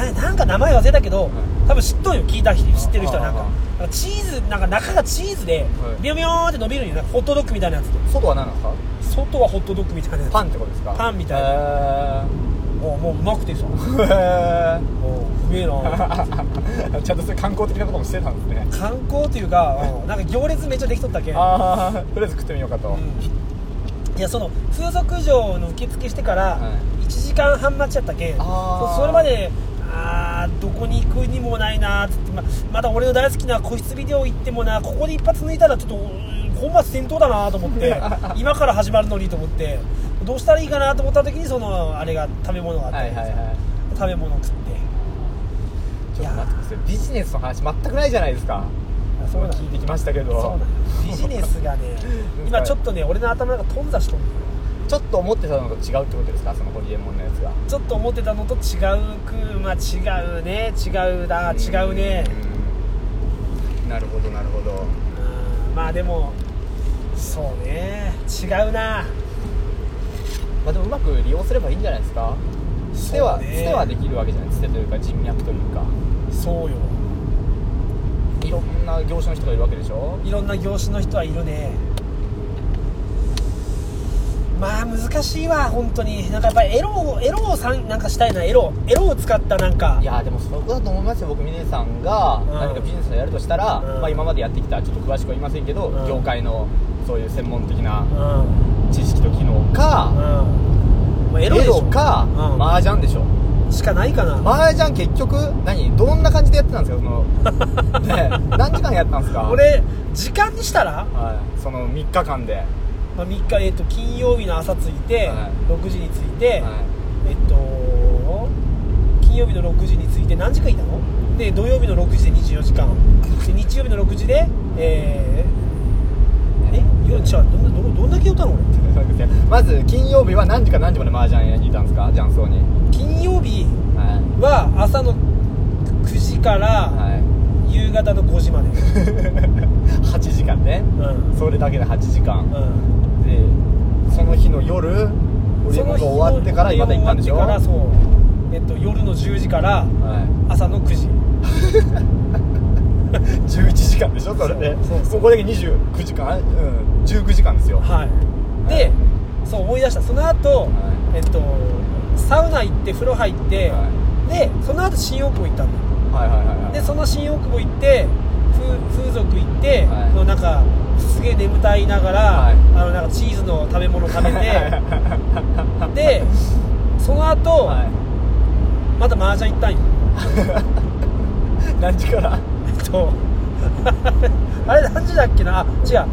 [SPEAKER 1] って。
[SPEAKER 2] ななんか名前忘れたけど、
[SPEAKER 1] い
[SPEAKER 2] 多分知っとんよ聞いた人知ってる人はなんか
[SPEAKER 1] ああ
[SPEAKER 2] なんかチーズなんか中がチーズで
[SPEAKER 1] はい
[SPEAKER 2] ビヨビヨーンって伸びるんよなんかホットドッグみたいなやつで
[SPEAKER 1] 外は何なんですか。
[SPEAKER 2] 外はホットドッグみたいなやつ
[SPEAKER 1] パンってことですか。
[SPEAKER 2] パンみたいな
[SPEAKER 1] な。
[SPEAKER 2] もうもううまくて さも
[SPEAKER 1] へー
[SPEAKER 2] ううめえな
[SPEAKER 1] ちゃんとそういう観光的なこともしてたんですね。
[SPEAKER 2] 観光というか、うんなんか行列めっちゃできとったけん
[SPEAKER 1] ああ、とりあえず食ってみようかと。
[SPEAKER 2] いやその風俗場の受付してから
[SPEAKER 1] は
[SPEAKER 2] 1時間半待ちやったけん、
[SPEAKER 1] あー
[SPEAKER 2] そそれまであーどこに行くにもないなーっつってままだ俺の大好きな個室ビデオ行ってもなここで一発抜いたらちょっとうーん本末転倒だなと思って 今から始まるのにと思ってどうしたらいいかなと思った時にそのあれが食べ物があって、
[SPEAKER 1] はいはいはい。
[SPEAKER 2] 食べ物食って
[SPEAKER 1] ちょっと待ってください。ビジネスの話全くないじゃないですか。
[SPEAKER 2] そうなん
[SPEAKER 1] 聞いてきましたけど。
[SPEAKER 2] そうなんよビジネスが ね今ちょっとね俺の頭が頓挫しとる
[SPEAKER 1] ちょっと思ってたのと違うってことですか、そのホリエモンのやつが。
[SPEAKER 2] ちょっと思ってたのと違うくまあ違うね違うだ違うね
[SPEAKER 1] うんなるほどなるほど
[SPEAKER 2] うんまあでもそうね違うな
[SPEAKER 1] まあでもうまく利用すればいいんじゃないですかつては
[SPEAKER 2] そう
[SPEAKER 1] つ
[SPEAKER 2] ね
[SPEAKER 1] てはできるわけじゃないつてというか人脈というか
[SPEAKER 2] そうよ
[SPEAKER 1] いろんな業種の人がいるわけでしょ
[SPEAKER 2] いろんな業種の人はいるねまあ難しいわ本当になんかやっぱりエロをエロをさんなんかしたいなエロエロを使ったなんか
[SPEAKER 1] いやーでもそこだと思いますよ僕峰さんが
[SPEAKER 2] うん
[SPEAKER 1] 何かビジネスをやるとしたら、
[SPEAKER 2] うん
[SPEAKER 1] まあ、今までやってきたちょっと詳しくは言いませんけど、
[SPEAKER 2] うん
[SPEAKER 1] 業界のそういう専門的な
[SPEAKER 2] うん
[SPEAKER 1] 知識と技能
[SPEAKER 2] うん
[SPEAKER 1] か、
[SPEAKER 2] もうエロで
[SPEAKER 1] エ
[SPEAKER 2] し
[SPEAKER 1] ロ
[SPEAKER 2] ょ
[SPEAKER 1] か、
[SPEAKER 2] うん
[SPEAKER 1] 麻雀でしょ
[SPEAKER 2] しかないかな、
[SPEAKER 1] 麻雀結局何どんな感じでやってたんです かそのね何時間やったんですか
[SPEAKER 2] 俺時間にしたら
[SPEAKER 1] はい、その3日間で、は
[SPEAKER 2] まあ、3日、えっと金曜日の朝着いて、
[SPEAKER 1] はい
[SPEAKER 2] 6時に着いて、
[SPEAKER 1] い、
[SPEAKER 2] えっと金曜日の6時に着いて何時間いたので土曜日の6時で24時間で日曜日の6時でえー、えよじゃあどんなどんどんだけ寄ったの俺
[SPEAKER 1] まず金曜日は何時から何時まで麻雀にいたんですか雀荘に
[SPEAKER 2] 金曜日
[SPEAKER 1] は
[SPEAKER 2] は朝の9時か
[SPEAKER 1] い、
[SPEAKER 2] ら
[SPEAKER 1] は
[SPEAKER 2] 夕方の5時 まで、
[SPEAKER 1] い、8時間ね
[SPEAKER 2] うん
[SPEAKER 1] それだけで8時間
[SPEAKER 2] うん
[SPEAKER 1] でその日の夜オリエモンが終わってから今まで行ったんでしょ
[SPEAKER 2] 終わってからそう、えっと、夜の10時から
[SPEAKER 1] は
[SPEAKER 2] 朝の9時
[SPEAKER 1] い、11時 間でしょそれで
[SPEAKER 2] そうそうそう
[SPEAKER 1] ここだけ29時間うん19時間ですよ
[SPEAKER 2] はい、で、
[SPEAKER 1] はい
[SPEAKER 2] そう思い出したその後、
[SPEAKER 1] は
[SPEAKER 2] えっとサウナ行って風呂入って、
[SPEAKER 1] は
[SPEAKER 2] でその後新大久保行ったんだよ
[SPEAKER 1] はいはいはいはい
[SPEAKER 2] でその新大久保行って風風俗行って、
[SPEAKER 1] はい
[SPEAKER 2] そのなんかすげえ眠たいながら、
[SPEAKER 1] はい
[SPEAKER 2] あのなんかチーズの食べ物食べて でその後、
[SPEAKER 1] は
[SPEAKER 2] また麻雀行ったんよ
[SPEAKER 1] い、何時から
[SPEAKER 2] えっと あれ何時だっけなあ違う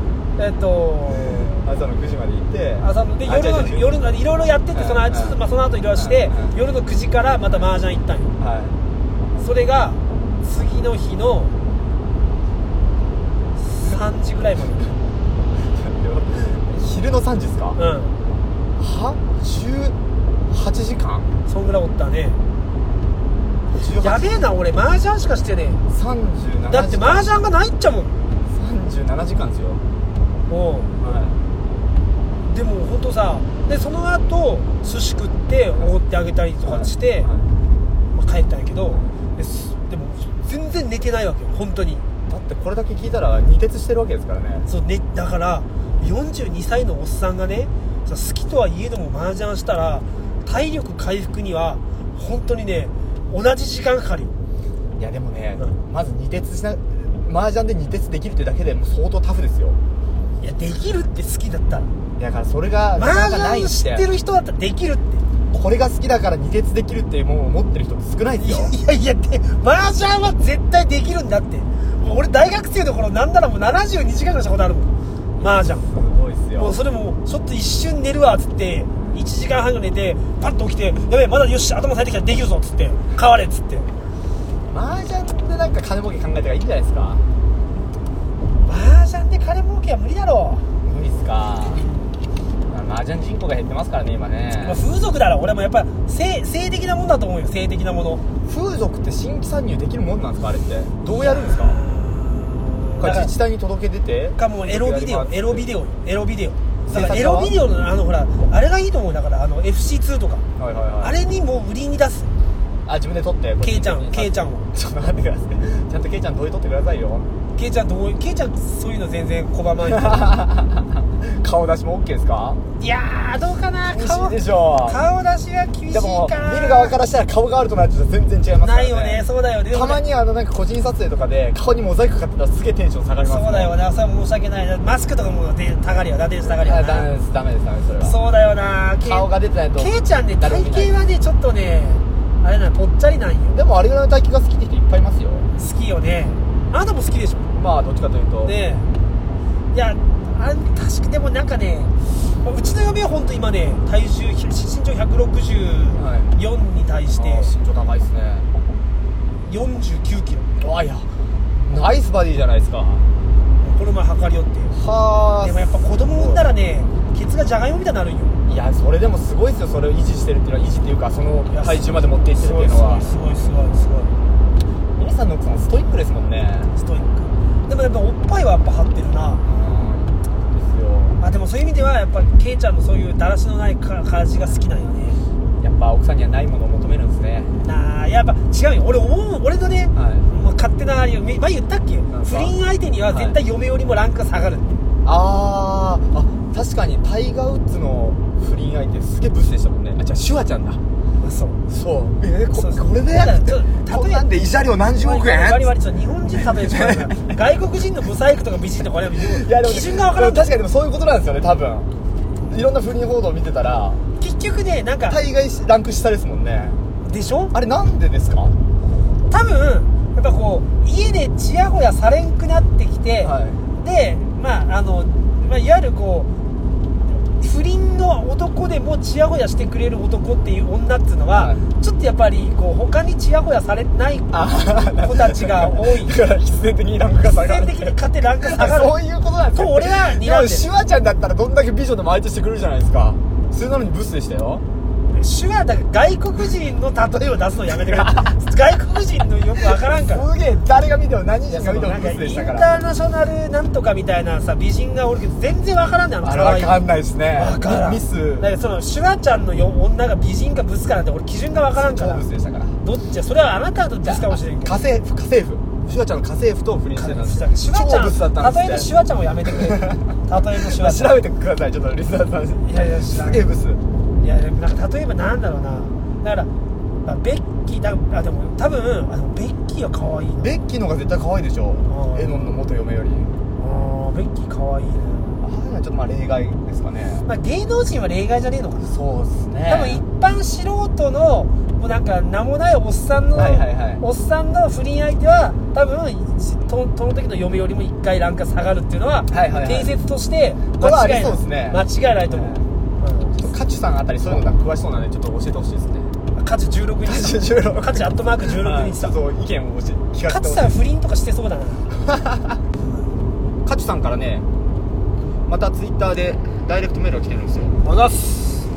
[SPEAKER 2] えっと
[SPEAKER 1] 朝の9時まで行って
[SPEAKER 2] 朝ので
[SPEAKER 1] あ
[SPEAKER 2] 夜
[SPEAKER 1] 違う違う違
[SPEAKER 2] の
[SPEAKER 1] う
[SPEAKER 2] 夜のいろいろやっててその
[SPEAKER 1] うん
[SPEAKER 2] ちょっとまあその後いろいろして
[SPEAKER 1] うん
[SPEAKER 2] 夜の9時からまた麻雀行ったんよ
[SPEAKER 1] は
[SPEAKER 2] それが次の日の3時ぐらいまで
[SPEAKER 1] いひ昼の3時ですか
[SPEAKER 2] うん
[SPEAKER 1] は18時間
[SPEAKER 2] そんぐらいおったねや
[SPEAKER 1] 18
[SPEAKER 2] べえな俺麻雀しかしてねえ
[SPEAKER 1] 37時間
[SPEAKER 2] だって麻雀がないっちゃもん
[SPEAKER 1] 37時間ですよ
[SPEAKER 2] おう
[SPEAKER 1] は
[SPEAKER 2] でも本当さでその後寿司食っておごってあげたりとかして、
[SPEAKER 1] は
[SPEAKER 2] まあ、帰ったんやけどですでも全然寝てないわけよ本当に
[SPEAKER 1] いだってこれだけ聞いたら二徹してるわけですからね
[SPEAKER 2] そう、ね、だから42歳のおっさんがねさ好きとはいえども麻雀したら体力回復には本当にね同じ時間かかるよ
[SPEAKER 1] いやでもね、
[SPEAKER 2] うん
[SPEAKER 1] まず二徹しな麻雀で二徹できるってだけでもう相当タフですよ
[SPEAKER 2] いやできるって好きだったら
[SPEAKER 1] だからそれがなか
[SPEAKER 2] 麻
[SPEAKER 1] なかない
[SPEAKER 2] 雀知ってる人だったらできるって
[SPEAKER 1] これが好きだから二徹できるってもう思ってる人って少ないです
[SPEAKER 2] い
[SPEAKER 1] よ
[SPEAKER 2] やいやいやで麻雀は絶対できるんだってもう俺大学生の頃なんならもう72時間ぐらいしたことあるもん麻雀
[SPEAKER 1] すごいです
[SPEAKER 2] もう
[SPEAKER 1] よ
[SPEAKER 2] それもちょっと一瞬寝るわっつって1時間半ぐらい寝てパッと起きてやべえまだよし頭さえてきたらできるぞっつって変われっつって
[SPEAKER 1] 麻雀ってなんか金儲け考えた方がいいんじゃないですか
[SPEAKER 2] 麻雀で金儲けは無理だろ
[SPEAKER 1] 無理っすかまあ麻雀人口が減ってますからね今ね
[SPEAKER 2] まあ、風俗だろ俺もやっぱ性性的なもんだと思うよ性的なもの
[SPEAKER 1] 風俗って新規参入できるもんなんですかあれってどうやるんですかこれ
[SPEAKER 2] だから
[SPEAKER 1] 自治体に届け出て
[SPEAKER 2] かもうエロビデオエロビデオよエロビデオだからエ
[SPEAKER 1] 制作
[SPEAKER 2] ロ
[SPEAKER 1] は
[SPEAKER 2] ビデオのあのほらあれがいいと思うだからあの FC2 とか
[SPEAKER 1] オはいはいはい
[SPEAKER 2] あれにもう売りに出す
[SPEAKER 1] あ自分で撮って
[SPEAKER 2] ケイちゃんケイち
[SPEAKER 1] ゃん
[SPEAKER 2] ゃんを
[SPEAKER 1] ちょっと待ってくださいちゃんとケイちゃん同意撮ってくださいよ
[SPEAKER 2] ケイちゃんどうケイちゃんそういうの全然拒まな
[SPEAKER 1] 顔出しも OK ですか
[SPEAKER 2] いいやーどうかな
[SPEAKER 1] 厳し
[SPEAKER 2] 顔
[SPEAKER 1] いでしょ
[SPEAKER 2] 顔出しは厳しい
[SPEAKER 1] でも
[SPEAKER 2] かな
[SPEAKER 1] 見る側からしたら顔があるとなると全然違いますから
[SPEAKER 2] ないよねそうだよね
[SPEAKER 1] たまにあのなんか個人撮影とかで顔にモザイクかかってたらすげえテンション下がります
[SPEAKER 2] そうだよなそれは申し訳ないなマスクとかもでたがりよな電車たがりよ
[SPEAKER 1] あダメ
[SPEAKER 2] な
[SPEAKER 1] ですダメですダメですそれは
[SPEAKER 2] そうだよなケイ
[SPEAKER 1] 顔が出てないと
[SPEAKER 2] ケイちゃんね体
[SPEAKER 1] 誰も見ない
[SPEAKER 2] 型はねちょっとねあれなのぽっちゃりなんよ
[SPEAKER 1] でもあれぐらいの体型が好きって人いっぱいいますよ
[SPEAKER 2] 好きよねあなたも好きでしょ
[SPEAKER 1] まあどっちかというと
[SPEAKER 2] ねえいやあ確かでもなんかねうちの嫁は本当今ね体重身長164に対して
[SPEAKER 1] あー身長高いですね
[SPEAKER 2] 49キロ
[SPEAKER 1] あいやナイスバディじゃないですか
[SPEAKER 2] この前測りよって
[SPEAKER 1] はあ
[SPEAKER 2] でもやっぱ子供産んだらねケツがじゃがいもみたいになるんよ
[SPEAKER 1] いやそれでもすごいですよそれを維持してるっていうのは維持っていうかその
[SPEAKER 2] いや
[SPEAKER 1] 体重まで持っていってるっていうのは
[SPEAKER 2] すごいすごいすごいすごい
[SPEAKER 1] 皆さんの奥さんストイックですもんね
[SPEAKER 2] ストイックでもやっぱおっぱいはやっぱ張ってる
[SPEAKER 1] う
[SPEAKER 2] な
[SPEAKER 1] んですよ
[SPEAKER 2] あでもそういう意味ではやっぱケイちゃんのそういうだらしのないか形が好きなんよね
[SPEAKER 1] やっぱ奥さんにはないものを求めるんですね
[SPEAKER 2] なあやっぱ違うよ俺思う俺のね、
[SPEAKER 1] はい
[SPEAKER 2] もう勝手なあれよめ前言ったっけ
[SPEAKER 1] んか
[SPEAKER 2] 不倫相手には
[SPEAKER 1] はい
[SPEAKER 2] 絶対嫁よりもランクが下がる、
[SPEAKER 1] あーあ確かにタイガー・ウッズの不倫相手すげえブスでしたもんねあじゃあシュワちゃんだ
[SPEAKER 2] そう
[SPEAKER 1] そうえー、こ
[SPEAKER 2] そうそう
[SPEAKER 1] これで
[SPEAKER 2] だからちょっと
[SPEAKER 1] こんなんで慰謝料何十億円
[SPEAKER 2] 割り割りちょっと日本人例えば外国人のブサイクとか美人とかあれは基準が分からん
[SPEAKER 1] 確かにでもそういうことなんですよね多分いろんな不倫報道を見てたら
[SPEAKER 2] 結局ねなんか
[SPEAKER 1] 大概ランク下ですもんね
[SPEAKER 2] でしょ
[SPEAKER 1] あれなんでですか
[SPEAKER 2] 多分やっぱこう家でちやほやされんくなってきて、
[SPEAKER 1] は
[SPEAKER 2] でまああの、まあ、いわゆるこう不倫の男でもちやほやしてくれる男っていう女っていうのは、
[SPEAKER 1] はい
[SPEAKER 2] ちょっとやっぱりこう他にちやほやされてない子たちが多い
[SPEAKER 1] だから必然的にランクが下が
[SPEAKER 2] 必然
[SPEAKER 1] る
[SPEAKER 2] 的に勝手にランクが下が
[SPEAKER 1] あ
[SPEAKER 2] る
[SPEAKER 1] そういうことなんですか
[SPEAKER 2] と俺は睨んでる
[SPEAKER 1] でもシュワちゃんだったらどんだけ美女でも相手してくれるじゃないですかそれなのにブスでしたよ
[SPEAKER 2] 手話だから外国人の例えを出すのやめてくれ 外国人のよくわからんから
[SPEAKER 1] すげえ誰が見ても何
[SPEAKER 2] いや
[SPEAKER 1] 人
[SPEAKER 2] そ
[SPEAKER 1] が見
[SPEAKER 2] の
[SPEAKER 1] ても
[SPEAKER 2] な
[SPEAKER 1] ブ
[SPEAKER 2] んかイ
[SPEAKER 1] ス
[SPEAKER 2] ン
[SPEAKER 1] でした
[SPEAKER 2] タ
[SPEAKER 1] から
[SPEAKER 2] ーナショナルなんとかみたいなさ美人がおるけど全然わからんねんあの
[SPEAKER 1] あれ
[SPEAKER 2] 可愛
[SPEAKER 1] わ
[SPEAKER 2] い
[SPEAKER 1] かんないですね
[SPEAKER 2] わからん
[SPEAKER 1] ミス
[SPEAKER 2] だからそのシュワちゃんのよ女が美人かブスかなんて俺基準がわからんか
[SPEAKER 1] 超
[SPEAKER 2] ら
[SPEAKER 1] ブスでしたから
[SPEAKER 2] どっちやそれはあなたとブスかもしれんけど
[SPEAKER 1] 家政婦家政婦シュワちゃんの家政婦と不倫してたんですよ
[SPEAKER 2] シュワち
[SPEAKER 1] 超ブスだった
[SPEAKER 2] ゃ
[SPEAKER 1] ん
[SPEAKER 2] ん
[SPEAKER 1] ですっ
[SPEAKER 2] 例え
[SPEAKER 1] て
[SPEAKER 2] のシュワちゃんをやめてくれ例えのシュワちゃ
[SPEAKER 1] 調べてくださいちょっとリスナーさん
[SPEAKER 2] いやいや知らん
[SPEAKER 1] すげえブス
[SPEAKER 2] んいやなんか例えばなんだろうなだから、まあ、ベッキーだあでも多分あでもベッキーは可愛いな
[SPEAKER 1] ベッキーの方が絶対可愛いでしょ
[SPEAKER 2] あー
[SPEAKER 1] エノンの元嫁より
[SPEAKER 2] あーベッキー可愛い
[SPEAKER 1] あ
[SPEAKER 2] な、
[SPEAKER 1] あいうのはちょっとまあ例外ですかね
[SPEAKER 2] まあ、芸能人は例外じゃねえのかな
[SPEAKER 1] そうですね
[SPEAKER 2] 多分一般素人のもうなんか名もないおっさんの、
[SPEAKER 1] はいはいはい
[SPEAKER 2] おっさんの不倫相手は多分とその時の嫁よりも1回ランクが下がるっていうのは,、
[SPEAKER 1] はいはいはい
[SPEAKER 2] 定説として
[SPEAKER 1] これはあり
[SPEAKER 2] 間違い
[SPEAKER 1] そう
[SPEAKER 2] ない
[SPEAKER 1] ですね
[SPEAKER 2] 間違いないと思う、
[SPEAKER 1] カチュさんあたりそういうのなんか詳しそうなんでちょっと教えてほしいですね
[SPEAKER 2] うん、価値16日
[SPEAKER 1] カチュ16
[SPEAKER 2] 価値アットマーク16
[SPEAKER 1] はい
[SPEAKER 2] 日
[SPEAKER 1] ち
[SPEAKER 2] さ
[SPEAKER 1] ょっと意見を教え聞かせ
[SPEAKER 2] カ
[SPEAKER 1] てほ
[SPEAKER 2] チ
[SPEAKER 1] しい
[SPEAKER 2] さん不倫とかしてそうだな
[SPEAKER 1] カチュさんからねまたツイッターで
[SPEAKER 3] ダイレクトメールが来てるんですよ
[SPEAKER 2] あざっす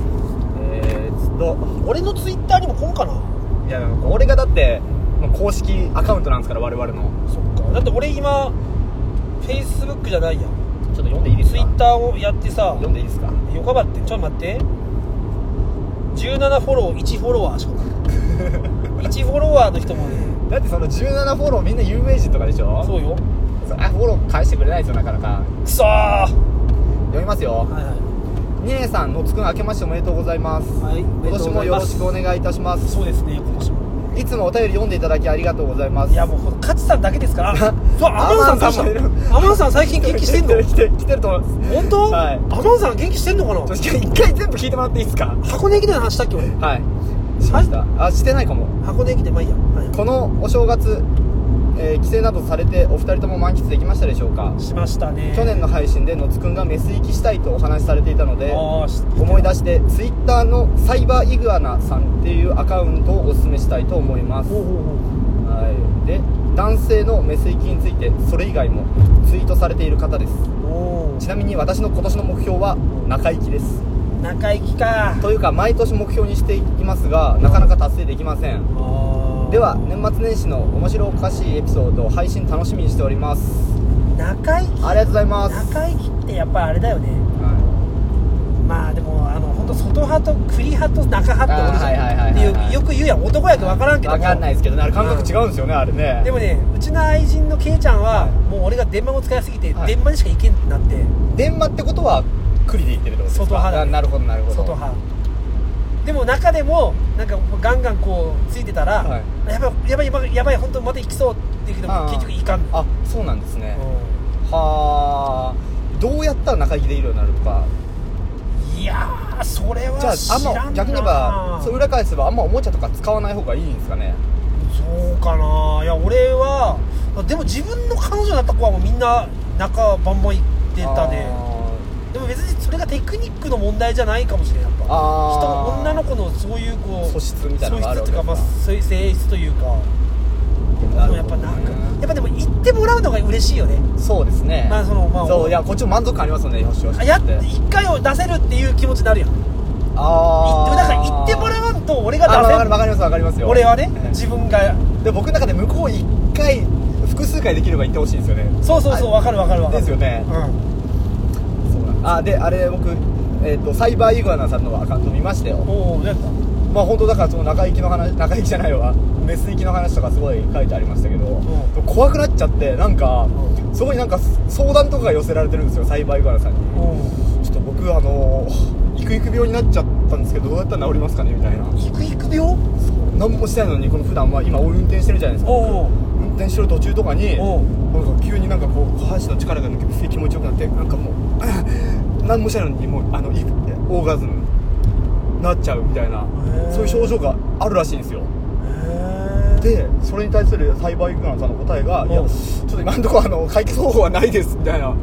[SPEAKER 3] えー、っと
[SPEAKER 2] 俺のツイッターにも来んかない
[SPEAKER 3] や俺がだってもう公式アカウントなんですから我々の
[SPEAKER 2] そっかだって俺今フェイスブックじゃないやん
[SPEAKER 3] ちょっと読んでいいです
[SPEAKER 2] ツイ
[SPEAKER 3] か
[SPEAKER 2] ッターをやってさ
[SPEAKER 3] 読んでいいですか
[SPEAKER 2] 横ばってちょっと待って17フォロー1フォロワーしか ない1フォロワーの人もね
[SPEAKER 1] だってその17フォローみんな有名人とかでしょ
[SPEAKER 2] そうよ
[SPEAKER 1] そうあフォロー返してくれないですよなかなか
[SPEAKER 2] くそーは
[SPEAKER 1] 読みますよ
[SPEAKER 2] いは
[SPEAKER 1] ねえさんのつくん明けましておめでとうございます
[SPEAKER 2] いはい
[SPEAKER 1] 今年もよろしくお願いいたします
[SPEAKER 2] そうですね今年も
[SPEAKER 1] いつもお便り読んでいただきありがとうございます
[SPEAKER 2] いやもう勝さんだけですからあそう天野さんど
[SPEAKER 1] 天野さん
[SPEAKER 2] う
[SPEAKER 1] も
[SPEAKER 2] した天野さん最近元気してん の
[SPEAKER 1] 来てる来てると思います
[SPEAKER 2] 本当、
[SPEAKER 1] はい
[SPEAKER 2] 天野さん元気してんのかな
[SPEAKER 1] 確かに一回全部聞いてもらっていいですか
[SPEAKER 2] 箱根駅伝の話したっけ俺
[SPEAKER 1] はいしましたあしてないかも
[SPEAKER 2] 箱根駅伝まあいいや、は
[SPEAKER 1] このお正月、えー帰省などされてお二人とも満喫できましたでしょうか
[SPEAKER 2] い、しましたね
[SPEAKER 1] 去年の配信でのつくんがメス行きしたいとお話しされていたので
[SPEAKER 2] ああし
[SPEAKER 1] 思い出してツイッターのサイバーイグアナさんっていうアカウントをおすすめしたいと思います
[SPEAKER 2] ほうほうほう
[SPEAKER 1] はいで男性のメス行きについてそれ以外もツイートされている方です
[SPEAKER 2] お
[SPEAKER 1] ちなみに私の今年の目標は中行きです
[SPEAKER 2] お中行きか
[SPEAKER 1] というか毎年目標にしていますがなかなか達成できませんで
[SPEAKER 2] で
[SPEAKER 1] は年末年始の面白おかしいエピソードを配信楽しみにしております
[SPEAKER 2] 中行き
[SPEAKER 1] ありがとうございます、
[SPEAKER 2] 中行きってやっぱあれだよね
[SPEAKER 1] は
[SPEAKER 2] まあでもあの本当外派と栗派と中派っておるじゃん
[SPEAKER 1] あーはいはいはいはいはい
[SPEAKER 2] でよく言うやん男やけ分からん
[SPEAKER 1] い、
[SPEAKER 2] けど
[SPEAKER 1] 分かんない
[SPEAKER 2] い
[SPEAKER 1] ですけどねあれ感覚違うんですよね、あれね
[SPEAKER 2] でもねうちの愛人のけいちゃんはもう俺が電話を使いすぎて
[SPEAKER 1] はい
[SPEAKER 2] 電話にしか行けんってなって
[SPEAKER 1] 電話ってことは栗で言ってるってことですか
[SPEAKER 2] 外派だ
[SPEAKER 1] あなるほどなるほど
[SPEAKER 2] 外派でも中でもなんかガンガンこうついてたら、
[SPEAKER 1] はい
[SPEAKER 2] やばいやばいやばいやばい本当また行きそうって言うけど
[SPEAKER 1] あー
[SPEAKER 2] 結局行かんの
[SPEAKER 1] あそうなんですね、
[SPEAKER 2] うん
[SPEAKER 1] はあどうやったら中行きできるようになるとか
[SPEAKER 2] いやーそれは
[SPEAKER 1] じゃ
[SPEAKER 2] 知
[SPEAKER 1] ああ
[SPEAKER 2] ら
[SPEAKER 1] んま
[SPEAKER 2] んな
[SPEAKER 1] 逆に言えばそう裏返せばあんまおもちゃとか使わない方がいいんですかね
[SPEAKER 2] そうかないや俺はでも自分の彼女だった子はもうみんな中バンバン行ってたで
[SPEAKER 1] あ
[SPEAKER 2] でも別にそれがテクニックの問題じゃないかもしれないやっぱ
[SPEAKER 1] あー
[SPEAKER 2] 人の女の子のそういうこう
[SPEAKER 1] 素質みたいなのがある
[SPEAKER 2] 素質っていうか、ま
[SPEAKER 1] わ
[SPEAKER 2] あ、
[SPEAKER 1] けです
[SPEAKER 2] そういう性質というか
[SPEAKER 1] な
[SPEAKER 2] でも
[SPEAKER 1] る
[SPEAKER 2] やっ
[SPEAKER 1] ほど
[SPEAKER 2] ぱ
[SPEAKER 1] ね
[SPEAKER 2] なんかやっぱでも行ってもらうのが嬉しいよね
[SPEAKER 1] ーそうですね、
[SPEAKER 2] まあそのまあ
[SPEAKER 1] そういやこっちも満足感ありますよねよしよし
[SPEAKER 2] あやっ
[SPEAKER 1] って
[SPEAKER 2] 一回を出せるっていう気持ちになるやんい
[SPEAKER 1] ああ
[SPEAKER 2] だから行ってもらわんと俺が
[SPEAKER 1] あわ
[SPEAKER 2] 出
[SPEAKER 1] か
[SPEAKER 2] せ
[SPEAKER 1] る
[SPEAKER 2] ん
[SPEAKER 1] わかりますわかりますよ
[SPEAKER 2] 俺はね
[SPEAKER 1] ええ
[SPEAKER 2] 自分が
[SPEAKER 1] で僕の中で向こう一回複数回できれば行ってほしいんですよね
[SPEAKER 2] そうそうそうわかるわかるわかる
[SPEAKER 1] ですよね
[SPEAKER 2] うん
[SPEAKER 1] そうなんですあであれ僕、えー、とサイバーイグアナさんのアカウント見ましたよ
[SPEAKER 2] おおどうやった
[SPEAKER 1] まあ本当だからその中行きの話中行きじゃないわメス行きの話とかすごい書いてありましたけど、
[SPEAKER 2] ん
[SPEAKER 1] 怖くなっちゃってなんか、
[SPEAKER 2] う
[SPEAKER 1] すごいなんか相談とかが寄せられてるんですよサイバーイグアナさんに
[SPEAKER 2] うん
[SPEAKER 1] ちょっと僕あのいくいく病になっちゃったんですけどどうやったら治りますかねみたいな
[SPEAKER 2] 行く行く病
[SPEAKER 1] 何もしてないのにこの普段は今俺運転してるじゃないですか
[SPEAKER 2] おう
[SPEAKER 1] 運転してる途中とかに
[SPEAKER 2] おう
[SPEAKER 1] なんか急になんかこう下半身の力が抜けてすげえ気持ちよくなってなんかもう 何もしてないのにもうあのいオーガズムになっちゃうみたいな
[SPEAKER 2] へえ
[SPEAKER 1] そういう症状があるらしいんですよ
[SPEAKER 2] へー
[SPEAKER 1] でそれに対するサイバーイクナーさんの答えが「いや
[SPEAKER 2] おう
[SPEAKER 1] ちょっと今のところあの解決方法はないです」みたいな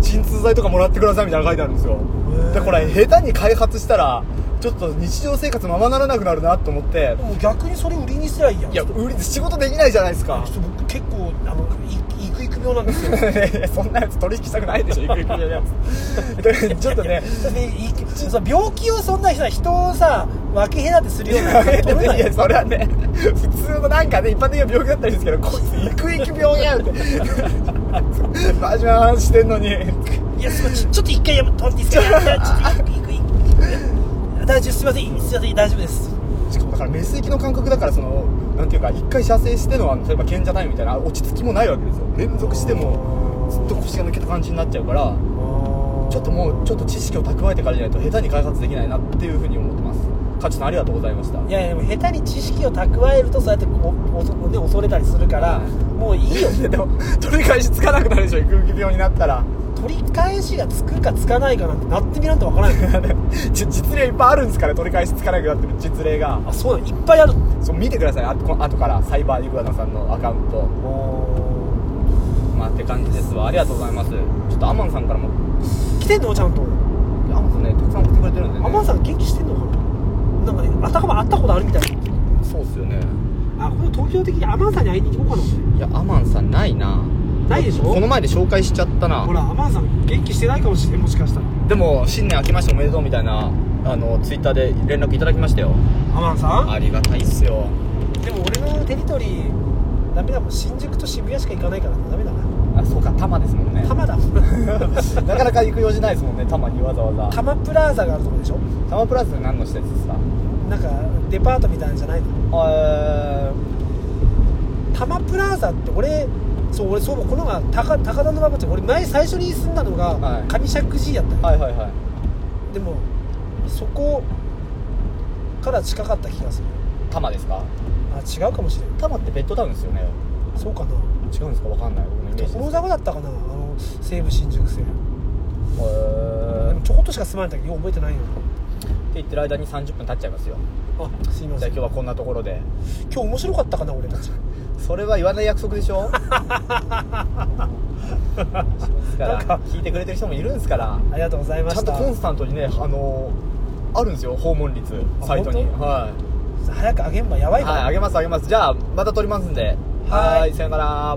[SPEAKER 1] 鎮痛剤とかもらってくださいみたいなの書いてあるんですよ
[SPEAKER 2] へえ
[SPEAKER 1] でこれ下手に開発したらちょっと日常生活ままならなくなるなと思って
[SPEAKER 2] もう逆にそれ売りにすりゃいいやん
[SPEAKER 1] いや売り仕事できないじゃないですか
[SPEAKER 2] ちょっと僕結構あのい行く行く病なんですよ
[SPEAKER 1] そんなやつ取引したくないでしょ、いくいくや つ。ちょっとね、
[SPEAKER 2] でいそう病気をそんな人は人をさ分け隔てするような人
[SPEAKER 1] でも
[SPEAKER 2] 取れないいよ
[SPEAKER 1] や、 それはね、普通のなんかね、一般的な病気だったりですけど、こいつ、いくいく病 やんって、真面目な話してんのに、
[SPEAKER 2] いやすごいちょちょっと一回やめとっていいですかいやちょっと行く行く行く大丈夫すいませんすいません大丈夫です
[SPEAKER 1] しかもだから、メス行きの感覚だから、その、なんていうか、一回射精してのは、例えば賢者タイムみたいな、落ち着きもないわけですよ、連続しても、ずっと腰が抜けた感じになっちゃうから、ちょっともう、ちょっと知識を蓄えてからじゃないと、下手に開発できないなっていうふうに思ってます。カチさん、ありがとうございました。
[SPEAKER 2] いやいやでも下手に知識を蓄えるとそうやってこうおおで恐れたりするからもういいよ
[SPEAKER 1] いや でも取り返しつかなくなるでしょ空気病になったら
[SPEAKER 2] 取り返しがつくかつかないかなんてなってみなんてわからない
[SPEAKER 1] じ実例いっぱいあるんですから取り返しつかなくなってる実例が
[SPEAKER 2] あそうなのいっぱいある
[SPEAKER 1] そう見てくださいあと後からサイバーイグアナさんのアカウントまあって感じですわありがとうございますちょっとアマンさんからも
[SPEAKER 2] 来てんのちゃんと
[SPEAKER 1] いやアマンさんねたくさん送ってくれてるんでね
[SPEAKER 2] アマンさん元気してんのかななんかねあたかも会ったことあるみたい
[SPEAKER 1] そうっすよね
[SPEAKER 2] なあこの東京的にアマンさんに会いに行こうか
[SPEAKER 1] いやアマンさんないな
[SPEAKER 2] なないでしょ
[SPEAKER 1] この前で紹介しちゃったな
[SPEAKER 2] ほらアマンさん元気してないかもしれんもしかしたら
[SPEAKER 3] でも新年明けましておめでとうみたいなあのツイッターで連絡いただきましたよ
[SPEAKER 2] ハマンさん
[SPEAKER 3] ありがたいっすよ
[SPEAKER 2] でも俺のテリトリーダメだもん新宿と渋谷しか行かないからダメだな
[SPEAKER 1] あそうか多摩ですもんね
[SPEAKER 2] 多摩だ
[SPEAKER 1] なかなか行く用事ないですもんね多摩にわざわざ
[SPEAKER 2] 多摩プラザがあるとこでしょ
[SPEAKER 1] 多摩プラスって何の施設ですか
[SPEAKER 2] なんかデパートみたいなんじゃないの
[SPEAKER 1] え
[SPEAKER 2] 多摩プラザって俺そう俺そうこのが高高田馬場って俺前最初に住んだの
[SPEAKER 1] は
[SPEAKER 2] が
[SPEAKER 1] い
[SPEAKER 2] 上石神井やったの、
[SPEAKER 1] ー、はいはいはい
[SPEAKER 2] でもそこから近かった気がする
[SPEAKER 1] 多摩ですか
[SPEAKER 2] あ違うかもしれ
[SPEAKER 1] 多摩ってベッドタウンですよね
[SPEAKER 2] んそうかな
[SPEAKER 1] 違うんですかわかんない僕のイメージです
[SPEAKER 2] 所沢だったかなあの西武新宿線
[SPEAKER 1] えー、っ
[SPEAKER 2] でもちょこっとしか住まれたけどよう覚えてないよ
[SPEAKER 1] て言ってる間に30分経っちゃいますよ
[SPEAKER 2] あすいま
[SPEAKER 1] じ
[SPEAKER 2] せ
[SPEAKER 1] ゃあ今
[SPEAKER 2] ん
[SPEAKER 1] 日
[SPEAKER 2] 今
[SPEAKER 1] はこんなところで
[SPEAKER 2] 日面白かったかな俺たち
[SPEAKER 1] それは言わない約束でし ょですから
[SPEAKER 2] なんか
[SPEAKER 1] 聞いてくれてる人もいるんですから
[SPEAKER 2] ありがとうございま
[SPEAKER 1] ちゃ
[SPEAKER 2] し
[SPEAKER 1] んと
[SPEAKER 2] た
[SPEAKER 1] コンスタントにねあのあるんですよ訪問率
[SPEAKER 2] あ
[SPEAKER 1] サイトに
[SPEAKER 2] 本
[SPEAKER 1] はい
[SPEAKER 2] 早くあげんばやばいから、
[SPEAKER 1] はい、あげますあげます。じゃあ、また撮りますんで。
[SPEAKER 2] はい
[SPEAKER 1] ーい、さよなら。